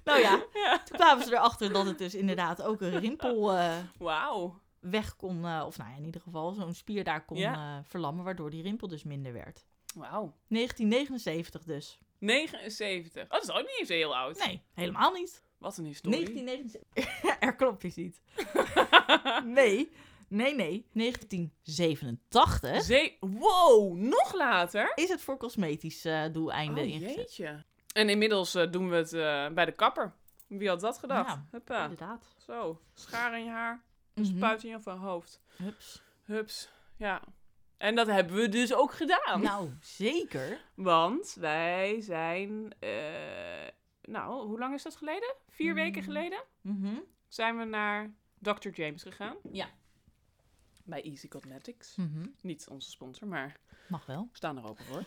A: nou ja, toen kwamen ze erachter dat het dus inderdaad ook een rimpel... eh,
C: Wauw.
A: weg kon, eh, of nou ja, in ieder geval zo'n spier daar kon eh, verlammen, waardoor die rimpel dus minder werd.
C: Wauw.
A: 1979 dus.
C: 79. Oh, dat is ook niet eens heel oud.
A: Nee, helemaal niet.
C: Wat een historie.
A: 1979. <laughs> er klopt iets
C: <laughs>
A: niet. nee, nee, nee. 1987
C: Zee- wow, nog later?
A: is het voor cosmetische eh, doeleinden
C: Oh,
A: ingezet.
C: jeetje. En inmiddels eh, doen we het eh, bij de kapper. Wie had dat gedacht?
A: Ja,
C: Huppa.
A: Inderdaad.
C: Zo, schaar in je haar,
A: Mhm.
C: spuit in je van hoofd.
A: Hups.
C: Hups, ja. En dat hebben we dus ook gedaan.
A: Nou, zeker.
C: Want wij zijn, eh, nou, hoe lang is dat geleden? Vier
A: Mm.
C: weken geleden
A: Mhm.
C: zijn we naar Dr. James gegaan.
A: Ja.
C: Bij Easy Cosmetics.
A: Mhm.
C: Niet onze sponsor, maar
A: Mag wel.
C: We staan er open
A: <laughs>
C: voor.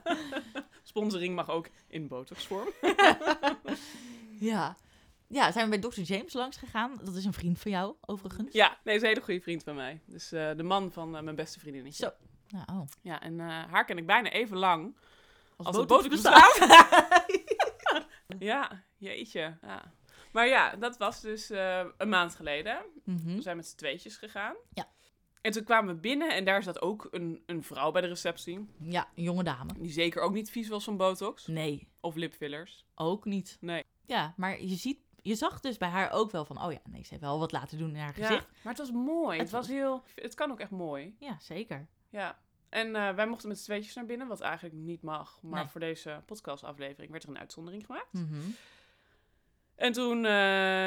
C: <laughs> Sponsoring mag ook in botoxvorm.
A: Ja. Ja, zijn we bij Dr. James langs gegaan. Dat is een vriend van jou, overigens.
C: Ja, nee, is een hele goede vriend van mij. Dus eh, de man van eh, mijn beste vriendinnetje.
A: Zo. Nou, oh.
C: Ja, en eh, haar ken ik bijna even lang als, de
A: botox
C: botox bestaat. ja, jeetje. Ja. Maar ja, dat was dus eh, een maand geleden.
A: <laughs> Mhm.
C: We zijn met z'n tweetjes gegaan.
A: Ja.
C: En toen kwamen we binnen en daar zat ook een, een vrouw bij de receptie.
A: Ja, een jonge dame.
C: Die zeker ook niet vies was van botox.
A: Nee,
C: Of lipfillers.
A: ook niet.
C: Nee.
A: Ja, maar je, ziet, je zag dus bij haar ook wel van, oh ja, nee, ze heeft wel wat laten doen in haar gezicht.
C: maar het was mooi.
A: Het
C: Het was heel... Het kan ook echt mooi.
A: Ja, zeker.
C: Ja. En eh, wij mochten met z'n tweetjes naar binnen, wat eigenlijk niet mag. Maar
A: Nee.
C: voor deze podcastaflevering werd er een uitzondering gemaakt.
A: Mhm.
C: En toen eh,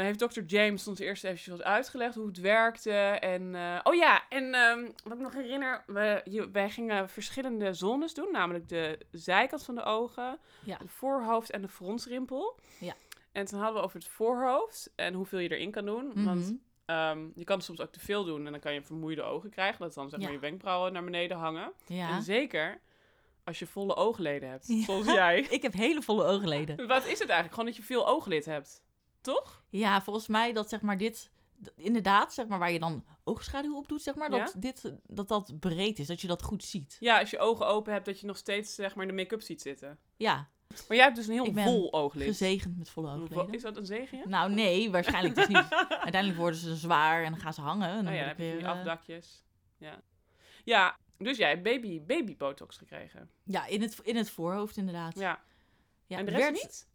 C: heeft dokter James ons eerst eventjes wat uitgelegd hoe het werkte. En, eh, oh ja, en ehm, wat ik nog herinner, we, je- wij gingen verschillende zones doen. Namelijk de zijkant van de ogen,
A: Ja.
C: het voorhoofd en de fronsrimpel.
A: Ja.
C: En toen hadden we over het voorhoofd en hoeveel je erin kan doen. Want
A: Mhm.
C: ehm, je kan soms ook te veel doen en dan kan je vermoeide ogen krijgen. Dat dan zeg maar
A: Ja.
C: je wenkbrauwen naar beneden hangen.
A: ja.
C: En zeker als je volle oogleden hebt,
A: Ja.
C: zoals jij. <laughs>
A: Ik heb hele volle oogleden.
C: Wat is het eigenlijk? Gewoon dat je veel ooglid hebt, toch?
A: Ja, volgens mij dat zeg maar dit, d- inderdaad, zeg maar waar je dan oogschaduw op doet, zeg maar, dat
C: Ja.
A: dit, dat, dat breed is, dat je dat goed ziet.
C: Ja, als je ogen open hebt, dat je nog steeds zeg maar in de make-up ziet zitten.
A: Ja,
C: Maar jij hebt dus een heel
A: Ik ben
C: vol ooglid.
A: gezegend met volle
C: Wa-
A: oogleden.
C: Is dat een zegen? Ja?
A: Nou nee, waarschijnlijk dus niet. Uiteindelijk worden ze zwaar en dan gaan ze hangen. En dan
C: Oh ja,
A: word
C: dan
A: ik
C: heb je
A: weer,
C: die
A: eh,
C: afdakjes. Ja. ja, dus jij hebt baby, baby botox gekregen.
A: Ja, in het, in het voorhoofd inderdaad.
C: Ja.
A: Ja,
C: en de rest
A: werd-
C: niet?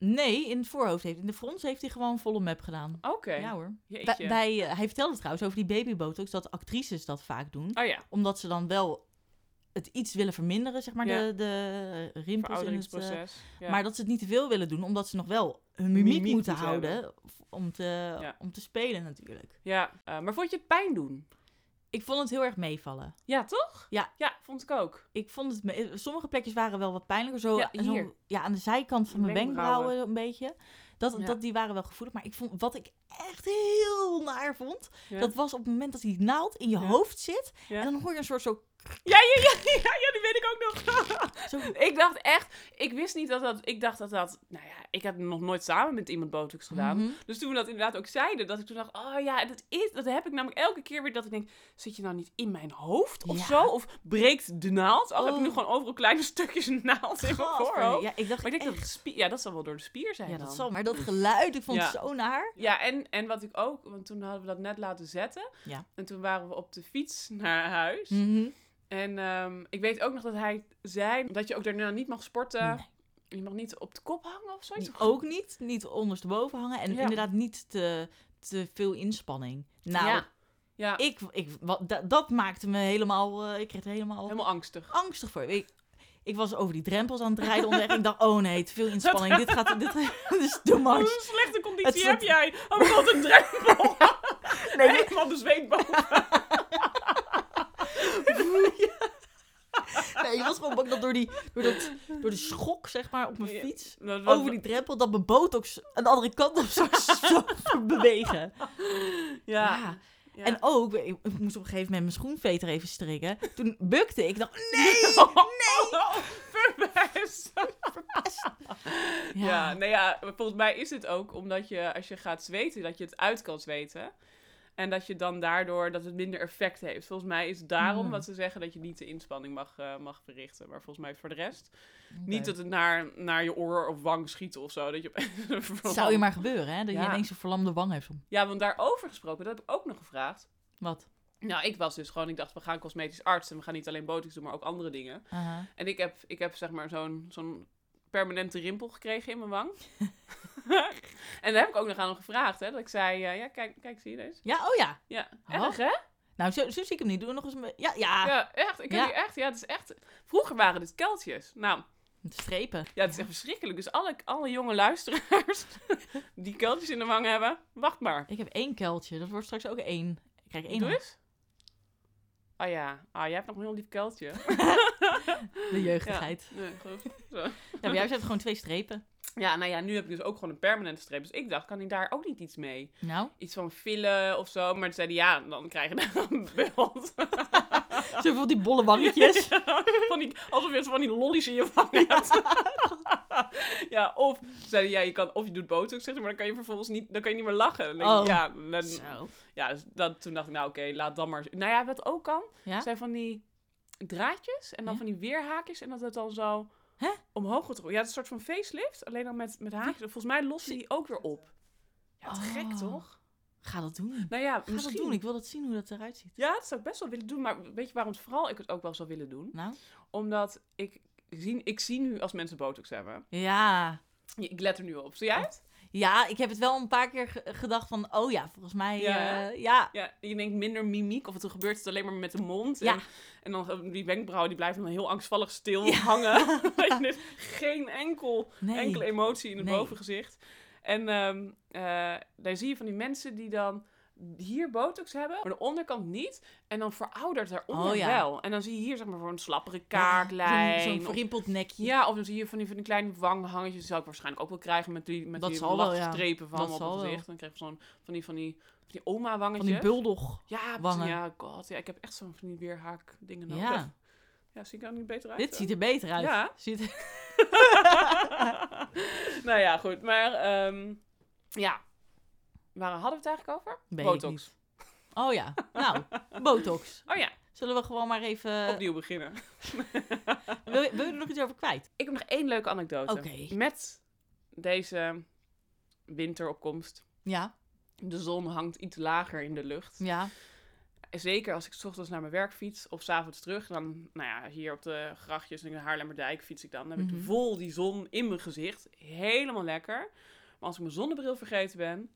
A: Nee, in het voorhoofd heeft. In de frons heeft hij gewoon volle map gedaan.
C: Oké.
A: Ja hoor. Bij,
C: Jeetje.
A: bij, eh, hij vertelde trouwens over die babybotox dat actrices dat vaak doen.
C: Oh ja,
A: Omdat ze dan wel het iets willen verminderen, zeg maar,
C: Ja.
A: de, de rimpels in het... eh,
C: verouderingsproces. ja.
A: Maar dat ze het niet te veel willen doen, omdat ze nog wel hun mimiek,
C: Mimiek
A: moeten
C: moeten
A: houden f- om te,
C: Ja.
A: om te spelen natuurlijk.
C: ja. eh, maar vond je het pijn doen?
A: Ik vond het heel erg meevallen.
C: Ja, toch?
A: Ja.
C: Ja, vond ik ook.
A: Ik vond het me- eh, sommige plekjes waren wel wat pijnlijker. Zo,
C: Ja,
A: zo-
C: hier.
A: ja, aan de zijkant van mijn
C: Wenkbrauwen.
A: wenkbrauwen een beetje. Dat,
C: Ja.
A: dat, die waren wel gevoelig. Maar ik vond, wat ik echt heel naar vond,
C: Ja.
A: dat was op het moment dat die naald in je
C: Ja.
A: hoofd zit.
C: Ja.
A: En dan hoor je een soort zo...
C: Ja, ja, <laughs> ja, ja, ja, die weet ik ook nog. <laughs>
A: zo
C: ik dacht echt, ik wist niet dat dat, ik dacht dat dat, nou ja, ik heb nog nooit samen met iemand botox gedaan.
A: Mhm.
C: Dus toen we dat inderdaad ook zeiden, dat ik toen dacht, oh ja, dat is, dat heb ik namelijk elke keer weer dat ik denk, zit je nou niet in mijn hoofd of
A: Ja.
C: zo? Of breekt de naald? Al heb ik nu
A: Oh.
C: gewoon overal kleine <laughs> stukjes naald in mijn
A: Gadver,
C: voorhoofd.
A: Ja, ik dacht
C: Maar ik denk dat
A: echt-
C: het spier, ja, dat zal wel door de spier zijn
A: Ja,
C: dan.
A: dat zal. Maar dat geluid, ik vond
C: Ja.
A: het zo naar.
C: Ja, en, en wat ik ook, want toen hadden we dat net laten zetten.
A: Ja. Hm.
C: En toen waren we op de fiets naar huis. En ehm, ik weet ook nog dat hij zei dat je ook daarna niet mag sporten. Je mag niet op de kop hangen of zoiets.
A: Ook niet, niet ondersteboven hangen en
C: Ja.
A: inderdaad niet te, te veel inspanning. Nou,
C: ja. ja.
A: ik, ik, wat, da- dat maakte me helemaal, eh, ik kreeg er helemaal
C: Helemaal angstig.
A: angstig voor. Ik, ik was over die drempels aan het rijden onderweg. Ik dacht, oh nee, te veel inspanning. dit gaat, dit, <laughs> dit is too
C: Hoe
A: much.
C: slechte conditie
A: Het is
C: heb
A: het-
C: jij? Oh, wat een
A: <laughs>
C: drempel. <laughs> nee, Helemaal de zweetboom.
A: Nee, ik was gewoon bang dat door, die, door, dat, door de schok, zeg maar, op mijn
C: Ja.
A: fiets,
C: Dat was-
A: over die drempel, dat mijn botox aan de andere kant op zou, zou <laughs> bewegen.
C: Ja. Ja. <laughs>
A: En ook, ik, ik moest op een gegeven moment mijn schoenveter even strikken. Toen bukte ik,
C: <laughs>
A: dacht, nee!
C: Oh, verpest. Ja. nee, ja, volgens mij is het ook omdat je, als je gaat zweten, dat je het uit kan zweten. En dat je dan daardoor, dat het minder effect heeft. Volgens mij is daarom
A: Mm.
C: wat ze zeggen dat je niet de inspanning mag, eh, mag verrichten. Maar volgens mij voor de rest,
A: Oké.
C: niet dat het naar, naar je oor of wang schiet of zo. Dat je <laughs>
A: Het
C: op...
A: zou je maar gebeuren, hè? Dat je
C: Ja.
A: ineens een verlamde wang hebt. om-
C: Ja, want daarover gesproken, dat heb ik ook nog gevraagd.
A: Wat?
C: Nou, ik was dus gewoon, ik dacht, we gaan cosmetisch arts en we gaan niet alleen botox doen, maar ook andere dingen.
A: Aha.
C: En ik heb, ik heb zeg maar zo'n zo'n permanente rimpel gekregen in mijn wang.
A: <laughs>
C: en daar heb ik ook nog aan hem gevraagd, hè. Dat ik zei, eh, ja, kijk, kijk, zie je deze?
A: Ja, oh ja.
C: Ja,
A: Oh.
C: erg hè?
A: Nou, zo, zo zie ik hem niet. Doe nog eens... een be- Ja, ja.
C: Ja, echt. Ik heb
A: Ja.
C: hier echt, ja, het is echt... Vroeger waren dit keltjes. Nou,
A: Met strepen.
C: ja, het is echt verschrikkelijk. Dus alle, alle jonge luisteraars <laughs> die keltjes in de wang hebben, wacht maar.
A: Ik heb één kuiltje. Dat wordt straks ook één. Ik krijg één
C: Doe eens. Ah ja, ah, jij hebt nog een heel lief
A: <laughs>
C: keltje.
A: de jeugdigheid.
C: Ja, nee, goed. Zo.
A: Ja, bij jou zijn het gewoon twee strepen.
C: ja, nou ja, nu heb ik dus ook gewoon een permanente streep. Dus ik dacht, kan ik daar ook niet iets mee?
A: Nou,
C: Iets van villen of zo. Maar toen zei hij, ja, dan krijg je <laughs> daar een beeld.
A: zo van die bolle
C: <laughs>
A: wangetjes.
C: van die, alsof je van die lollies in je wang hebt. <laughs> ja, of zei hij, ja, je kan, of je doet botox, zeg maar, maar dan kan je vervolgens niet, dan kan je niet meer lachen. Dan denk ik,
A: Oh.
C: Ja, dan-
A: Zo.
C: ja dus dat, toen dacht ik, nou oké, laat dan maar. Nou ja, wat ook kan,
A: Ja?
C: zijn van die draadjes en dan
A: Ja?
C: van die weerhaakjes en dat het dan zo
A: Hè?
C: omhoog getrokken. Ja, het is een soort van facelift, alleen dan met, met haakjes. Volgens mij lossen die ook weer op. Ja, te gek
A: Oh.
C: toch?
A: Ga dat doen.
C: Nou ja,
A: Ga
C: misschien.
A: dat doen. Ik wil dat zien hoe dat eruit ziet.
C: Ja, dat zou ik best wel willen doen, maar weet je waarom vooral ik het ook wel zou willen doen?
A: Nou?
C: Omdat ik zie, ik zie nu als mensen botox hebben.
A: Ja.
C: Ik let er nu op. Zie
A: Oh.
C: jij het?
A: Ja, ik heb het wel een paar keer ge- gedacht van... Oh ja, volgens mij...
C: Ja.
A: Ja. ja.
C: Ja, je denkt minder mimiek, of het er gebeurt het alleen maar met de mond.
A: Ja.
C: En, en dan eh, die wenkbrauwen, die blijven dan heel angstvallig stil
A: Ja. <laughs>
C: hangen. <laughs> Weet je, net geen enkel,
A: Nee.
C: enkele emotie in het
A: Nee.
C: bovengezicht. En ehm, eh, daar zie je van die mensen die dan hier botox hebben, maar de onderkant niet. En dan veroudert daaronder
A: Oh ja.
C: wel. En dan zie je hier zeg maar voor een slappere
A: Ja,
C: kaaklijn.
A: Zo'n
C: of-
A: zo'n verrimpeld nekje.
C: Ja, of dan zie je van die, van die kleine wanghangetjes. Die zou ik waarschijnlijk ook wel krijgen met die, met
A: Dat
C: die
A: zal wel, ja.
C: lachstrepen van
A: Dat
C: hem op
A: zal
C: het
A: wel.
C: gezicht. Dan krijg je zo'n van die, van die, van die oma-wangetjes.
A: Van die buldog.
C: ja,
A: wangen.
C: precies. ja, god. Ja, ik heb echt zo'n van die weerhaak dingen nodig. Ja.
A: Ja.
C: zie ik daar niet beter uit?
A: Dit ziet er beter uit. <laughs>
C: Ja. <laughs>
A: Ziet er-
C: nou ja, goed. Maar ehm, ja, waar hadden we het eigenlijk over?
A: Weet ik
C: Botox.
A: niet. Oh ja. Nou, botox.
C: Oh ja,
A: Zullen we gewoon maar even...
C: opnieuw beginnen.
A: Wil je, wil je er nog iets over kwijt?
C: Ik heb nog één leuke anekdote.
A: Oké.
C: Met deze winteropkomst.
A: Ja.
C: De zon hangt iets lager in de lucht.
A: Ja.
C: Zeker als ik 's ochtends naar mijn werk fiets of 's avonds terug. Dan, nou ja, hier op de grachtjes in de Haarlemmerdijk fiets ik dan. Dan heb ik
A: Mhm.
C: vol die zon in mijn gezicht. Helemaal lekker. Maar als ik mijn zonnebril vergeten ben...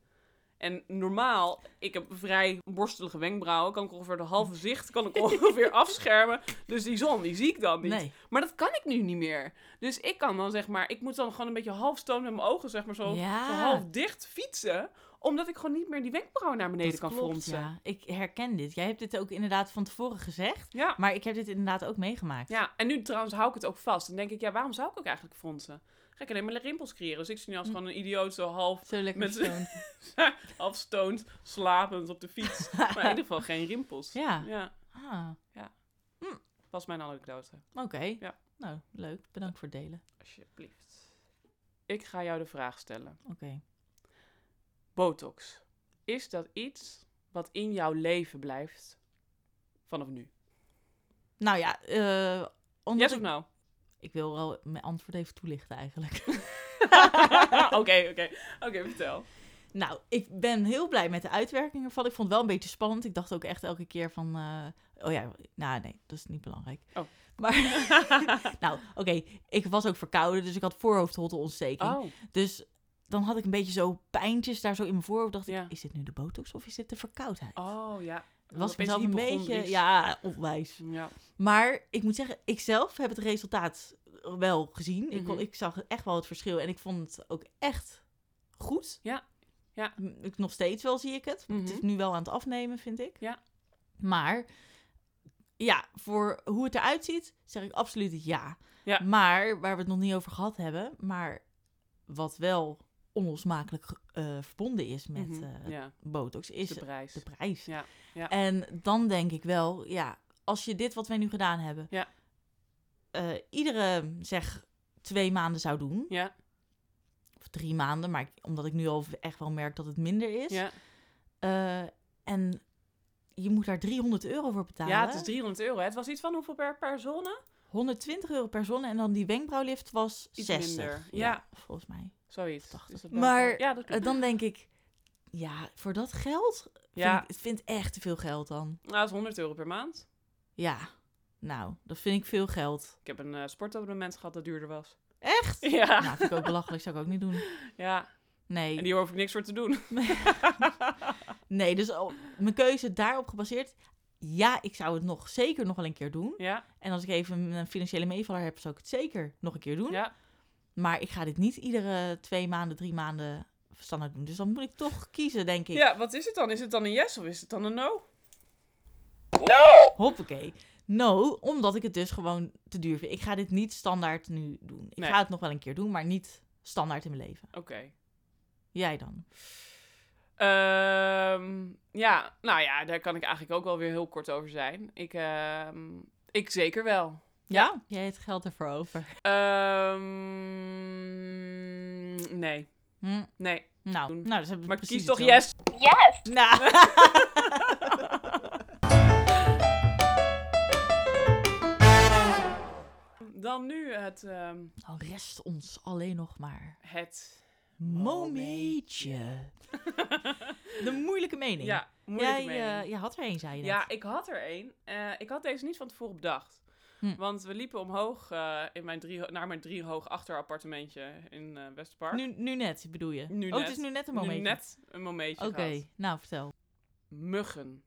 C: En normaal, ik heb vrij borstelige wenkbrauwen. Kan ik ongeveer de halve zicht kan
A: <laughs>
C: ik ongeveer afschermen. Dus die zon, die zie ik dan niet.
A: Nee.
C: Maar dat kan ik nu niet meer. Dus ik kan dan zeg maar... Ik moet dan gewoon een beetje half stoom met mijn ogen zeg maar zo,
A: Ja.
C: zo half dicht fietsen. Omdat ik gewoon niet meer die wenkbrauwen naar beneden
A: Dat
C: kan
A: klopt,
C: fronsen.
A: ja. Ik herken dit. Jij hebt dit ook inderdaad van tevoren gezegd.
C: ja.
A: Maar ik heb dit inderdaad ook meegemaakt.
C: Ja, en nu trouwens hou ik het ook vast. Dan denk ik, ja, waarom zou ik ook eigenlijk fronsen? Ga ik alleen maar rimpels creëren. Dus ik zit nu
A: Hm.
C: als gewoon een idioot zo half,
A: Zo lekker
C: Met- <laughs>
A: persoon.
C: half stoned, slapend op de
A: <laughs>
C: fiets. Maar in ieder geval geen rimpels.
A: Ja.
C: Ja,
A: Ah,
C: was mijn anekdote.
A: oké.
C: Ja.
A: Nou, leuk. Bedankt voor het delen.
C: Alsjeblieft. Ik ga jou de vraag stellen.
A: Oké.
C: Botox. Is dat iets wat in jouw leven blijft vanaf nu?
A: Nou ja, eh omdat
C: Yes of
A: ik... <laughs>
C: no?
A: ik wil wel mijn antwoord even toelichten eigenlijk.
C: Oké, oké. Oké, vertel.
A: <laughs> Nou, ik ben heel blij met de uitwerking ervan. Ik vond het wel een beetje spannend. Ik dacht ook echt elke keer van... eh, oh ja, nou nee, dat is niet belangrijk.
C: Oh.
A: Maar, nou, oké. ik was ook verkouden, dus ik had voorhoofdholteontsteking.
C: Oh,
A: Dus dan had ik een beetje zo pijntjes daar zo in mijn voorhoofd. dacht
C: Ja.
A: ik, is dit nu de botox of is dit de verkoudheid?
C: oh ja.
A: Het was
C: Opeens
A: mezelf een
C: hypochondrisch.
A: beetje... Ja, onwijs.
C: Ja.
A: Maar ik moet zeggen, ik zelf heb het resultaat wel gezien. ik, kon,
C: Mhm.
A: ik zag echt wel het verschil en ik vond het ook echt goed.
C: Ja, ja.
A: M- Ik, nog steeds wel zie ik het.
C: Mhm.
A: Het is nu wel aan het afnemen, vind ik.
C: Ja.
A: Maar ja, voor hoe het eruit ziet, zeg ik absoluut ja.
C: Ja.
A: Maar waar we het nog niet over gehad hebben, maar wat wel onlosmakelijk eh, verbonden is met
C: Mhm.
A: eh,
C: ja.
A: botox, is
C: de prijs.
A: de prijs.
C: Ja, ja.
A: En dan denk ik wel, ja, als je dit wat wij nu gedaan hebben,
C: Ja.
A: eh, iedere zeg twee maanden zou doen,
C: Ja,
A: of drie maanden, maar ik- omdat ik nu al echt wel merk dat het minder is.
C: ja.
A: eh, en je moet daar 300 euro voor betalen.
C: ja, het is 300 euro. hè. Het was iets van hoeveel per persone?
A: 120 euro per zon en dan die wenkbrauwlift was
C: Iets
A: 60.
C: minder, ja.
A: volgens mij.
C: Zoiets.
A: Dacht
C: Is
A: ik.
C: dat wel-
A: Maar,
C: ja, dat klopt.
A: Eh, dan denk ik, ja, voor dat geld
C: ja.
A: vind ik, het vindt echt te veel geld dan.
C: Nou, het is 100 euro per maand.
A: Ja, nou, dat vind ik veel geld.
C: Ik heb een eh, sportabonnement gehad dat duurder was.
A: Echt?
C: Ja.
A: Nou, vind ik ook belachelijk, zou ik ook niet doen.
C: Ja.
A: Nee.
C: En die hoef ik niks voor te doen.
A: Nee, dus al- mijn keuze daarop gebaseerd. Ja, ik zou het nog zeker nog wel een keer doen.
C: Ja.
A: En als ik even een financiële meevaller heb, zou ik het zeker nog een keer doen.
C: Ja.
A: Maar ik ga dit niet iedere twee maanden, drie maanden standaard doen. Dus dan moet ik toch kiezen, denk ik.
C: ja, wat is het dan? Is het dan een yes of is het dan een no?
A: Hoppakee. No, omdat ik het dus gewoon te duur vind. Ik ga dit niet standaard nu doen. Ik
C: Nee.
A: ga het nog wel een keer doen, maar niet standaard in mijn leven.
C: Oké.
A: Jij dan?
C: Ehm, ja, nou ja, daar kan ik eigenlijk ook wel weer heel kort over zijn. Ik, ehm, ik zeker wel.
A: Ja? Jij hebt geld ervoor over.
C: Ehm, nee,
A: Hm,
C: nee.
A: Nou, nou, dus hebben we
C: Maar
A: precies
C: kies toch
A: hetzelfde.
C: yes.
A: Nou.
C: Dan nu het, ehm,
A: Dan rest ons alleen nog maar
C: het
A: momentje. <laughs> De moeilijke mening.
C: ja, moeilijke
A: Jij,
C: mening.
A: eh, jij had er één, zei je
C: Ja,
A: net.
C: ik had er één. Eh, ik had deze niet van tevoren bedacht.
A: Hm.
C: Want we liepen omhoog eh, in mijn drie, naar mijn driehoog achterappartementje in eh Westerpark.
A: Nu, nu net, bedoel je?
C: Nu
A: oh,
C: net.
A: het is nu net een
C: Nu
A: momentje.
C: net een momentje
A: Oké,
C: gehad.
A: nou vertel.
C: Muggen.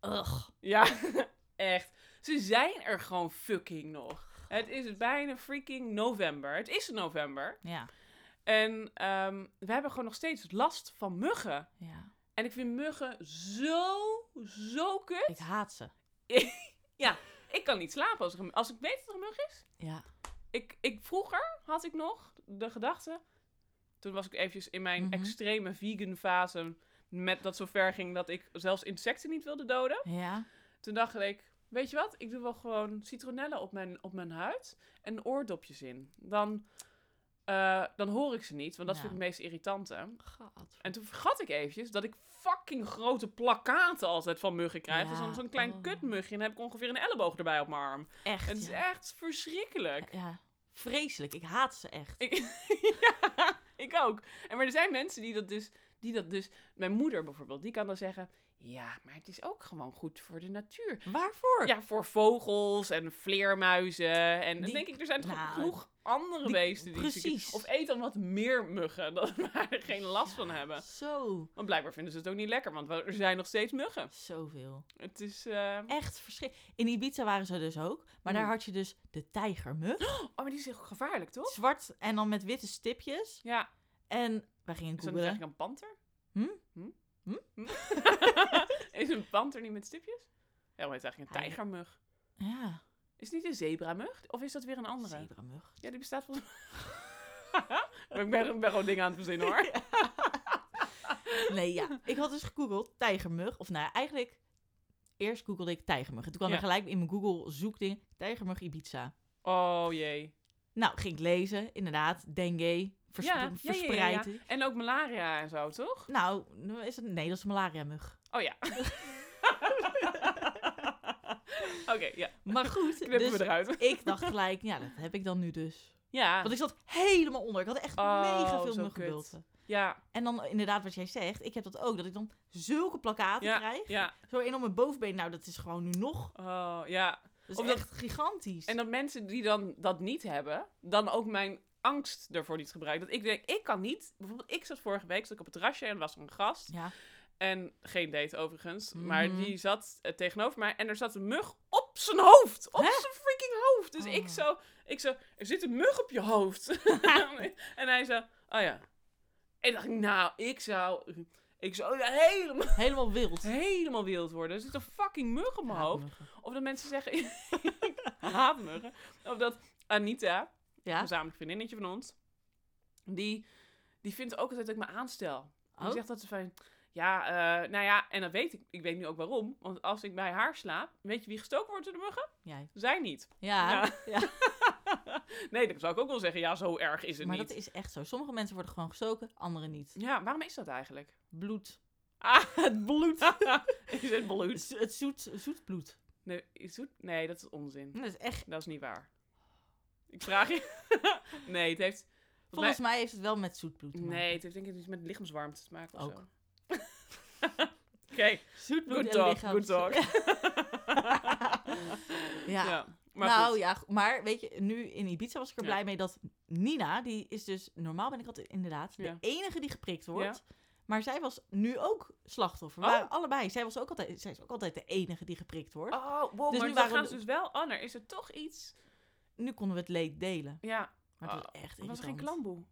A: Ugh.
C: Ja, <laughs> echt. Ze zijn er gewoon fucking nog. Het is bijna freaking november. Het is november.
A: Ja,
C: En ehm, we hebben gewoon nog steeds last van muggen.
A: ja.
C: En ik vind muggen zo, zo kut.
A: Ik haat ze.
C: Ik kan niet slapen als, er een- als ik weet dat er een mug is.
A: Ja.
C: ik, ik vroeger had ik nog de gedachte. Toen was ik eventjes in mijn
A: Mhm.
C: extreme vegan fase. Met dat zover ging dat ik zelfs insecten niet wilde doden.
A: Ja.
C: Toen dacht ik, weet je wat? Ik doe wel gewoon citronellen op mijn, op mijn huid. En oordopjes in. Dan, eh, dan hoor ik ze niet, want dat
A: Ja.
C: vind ik het meest irritante.
A: Gadver-
C: En toen vergat ik eventjes dat ik fucking grote plakkaten altijd van muggen krijg.
A: Ja,
C: Dus dan zo'n klein
A: oh.
C: kutmugje en dan heb ik ongeveer een elleboog erbij op mijn arm.
A: Echt,
C: Het is
A: ja.
C: echt verschrikkelijk.
A: ja. Vreselijk, ik haat ze echt.
C: Ik, <laughs> ja, ik ook. En maar er zijn mensen die dat dus, die dat dus, mijn moeder bijvoorbeeld, die kan dan zeggen, ja, maar het is ook gewoon goed voor de natuur.
A: Waarvoor?
C: Ja, voor vogels en vleermuizen. En dan
A: Die-
C: denk ik, er zijn toch
A: nou,
C: genoeg andere
A: die-
C: beesten die ziek-
A: precies.
C: Of eet dan wat meer muggen, <laughs> dat we er geen last van
A: Ja,
C: hebben.
A: Zo,
C: Want blijkbaar vinden ze het ook niet lekker, want we- er zijn nog steeds muggen.
A: zoveel.
C: Het is, eh,
A: Echt verschrikkelijk. In Ibiza waren ze dus ook, maar daar
C: Mm.
A: had je dus de tijgermug.
C: oh, maar die is echt gevaarlijk, toch?
A: Zwart en dan met witte stipjes.
C: Ja,
A: En wij gingen
C: is dat niet
A: googelen.
C: eigenlijk een panter?
A: Hm?
C: Hm?
A: Hm?
C: Hm? <laughs> is een panter niet met stipjes? Ja, maar het is eigenlijk een
A: Hij-
C: tijgermug.
A: Ja,
C: Is het niet een zebramug? Of is dat weer een andere?
A: zebramug.
C: Ja, die bestaat volgens mij. <laughs> ik ben, ben gewoon dingen aan het verzinnen <laughs> hoor.
A: Nee, ja. Ik had dus gegoogeld tijgermug. Of nou, ja, eigenlijk eerst googelde ik tijgermug. En toen kwam
C: Ja.
A: er gelijk in mijn Google zoekding tijgermug Ibiza.
C: Oh jee.
A: Nou, ging ik lezen. Inderdaad, dengue, vers
C: Ja, ja, ja, ja, ja.
A: verspreid.
C: En ook malaria en zo, toch?
A: Nou, nou is het, nee, dat is een malaria-mug.
C: Oh <laughs> ja. Oké, ja.
A: Maar goed,
C: Knippen
A: dus
C: we eruit.
A: <laughs> ik dacht gelijk, ja, dat heb ik dan nu dus.
C: Ja,
A: Want ik zat helemaal onder. Ik had echt
C: Oh,
A: mega veel
C: zo
A: muggenbulten.
C: ja,
A: En dan inderdaad wat jij zegt. Ik heb dat ook. Dat ik dan zulke plakkaten
C: ja,
A: krijg.
C: ja,
A: Zo één op mijn bovenbeen. Nou, dat is gewoon nu nog.
C: oh, ja.
A: Dat is
C: Of dat-
A: echt gigantisch.
C: En dat mensen die dan dat niet hebben, dan ook mijn angst ervoor niet gebruiken. Dat ik denk, ik kan niet. Bijvoorbeeld, ik zat vorige week zat ik op het terrasje en er was een gast.
A: Ja.
C: En geen date overigens. Maar
A: Mhm.
C: die zat eh, tegenover mij en er zat een mug op zijn hoofd. Op
A: Hè?
C: zijn freaking hoofd. Dus
A: Oh.
C: ik, zo, ik zo, er zit een mug op je
A: <laughs>
C: hoofd. en hij zo, oh ja. En dacht ik, nou, ik zou... Ik zou helemaal,
A: Helemaal wild.
C: helemaal wild worden. Er zit een fucking mug op mijn hoofd. Of dat mensen zeggen,
A: <laughs>
C: ik haat muggen. Of dat Anita,
A: Ja.
C: gezamenlijk vriendinnetje van ons, die, die vindt ook altijd dat ik me aanstel. Die
A: Oh.
C: zegt dat ze van, ja, eh, nou ja, en dat weet ik, ik weet nu ook waarom. Want als ik bij haar slaap, weet je wie gestoken wordt door de muggen?
A: Oh, Jij.
C: Zij niet.
A: Ja.
C: <laughs> Ja.
A: ja.
C: nee, dan zou ik ook wel zeggen, ja, zo erg is het
A: Maar
C: niet.
A: dat is echt zo. Sommige mensen worden gewoon gestoken. Anderen niet.
C: Ja, waarom is dat eigenlijk?
A: Bloed.
C: Ah, <laughs> het bloed. is het bloed?
A: Het, het zoet, zoet bloed.
C: Nee, is het- nee, dat is onzin.
A: Dat is echt...
C: Dat is niet waar. Ik vraag je. <laughs> nee, het heeft.
A: Volgens mij heeft het wel met zoet bloed te maken.
C: Nee, het heeft denk ik iets met lichaamswarmte te maken. Of
A: Ook.
C: zo. <laughs> Oké,
A: Zoet bloed
C: good
A: en
C: talk,
A: lichaam. <laughs>
C: good talk.
A: ja.
C: maar
A: nou
C: goed.
A: ja, go- maar weet je, nu in Ibiza was ik er
C: Ja.
A: blij mee dat Nina, die is dus, normaal ben ik altijd inderdaad
C: Ja.
A: de enige die geprikt wordt. Maar zij was nu ook slachtoffer. We
C: Oh.
A: waren allebei. Zij, was ook altijd, zij is ook altijd de enige die geprikt wordt.
C: Oh, wow,
A: Dus
C: maar
A: nu
C: dan
A: waren
C: gaan
A: we-
C: ze dus wel. Anne, is er toch iets?
A: Nu konden we het leed delen.
C: Ja,
A: Maar het was echt
C: er Ah. was er geen
A: irritant.
C: klamboe.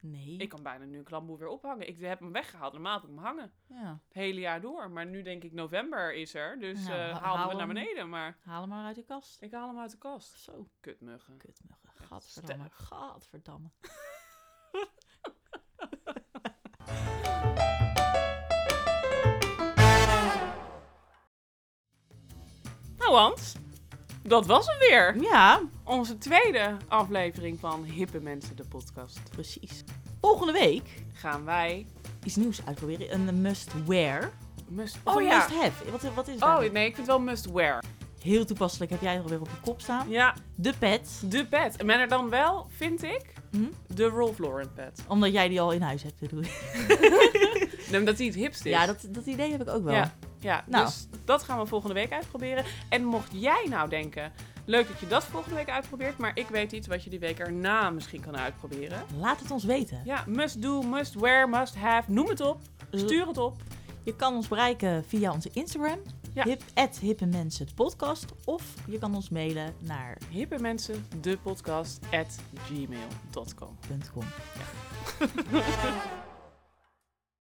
A: Nee.
C: Ik kan bijna nu een klamboe weer ophangen. Ik heb hem weggehaald. Normaal heb ik hem hangen.
A: Ja,
C: Het hele jaar door. Maar nu denk ik november is er. Dus
A: Nou,
C: eh,
A: ha-
C: haal
A: haal
C: hem naar
A: hem.
C: beneden. Maar
A: haal hem maar uit de kast.
C: ik haal hem uit de kast.
A: Zo,
C: Kutmuggen.
A: kutmuggen.
C: Echt
A: Gadverdamme.
C: sterk.
A: Gadverdamme.
C: Nou, Hans. Dat was hem weer.
A: Ja,
C: Onze tweede aflevering van Hippe Mensen, de podcast.
A: precies. Volgende week
C: Gaan wij...
A: iets nieuws uitproberen. Een must-wear.
C: Must...
A: Of een
C: Oh ja.
A: must-have. Wat, wat is
C: Oh,
A: dat?
C: nee, ik vind het wel must wear.
A: Heel toepasselijk heb jij er alweer op je kop staan.
C: Ja,
A: De pet.
C: de pet. Maar er dan wel, vind ik,
A: Hm?
C: de Rolf Lauren pet.
A: Omdat jij die al in huis hebt, bedoel je?
C: Nee, Omdat die het hipst is.
A: Ja, dat, dat idee heb ik ook wel.
C: Ja, ja.
A: Nou.
C: dus dat gaan we volgende week uitproberen. En mocht jij nou denken, leuk dat je dat volgende week uitprobeert, maar ik weet iets wat je die week erna misschien kan uitproberen.
A: Laat het ons weten.
C: Ja, must do, must wear, must have, noem het op. Stuur het op.
A: Je kan ons bereiken via onze Instagram.
C: Ja.
A: Hip, at hippe mensen de podcast. Of je kan ons mailen naar
C: Hippe mensen, de podcast at gmail.com.
A: .com.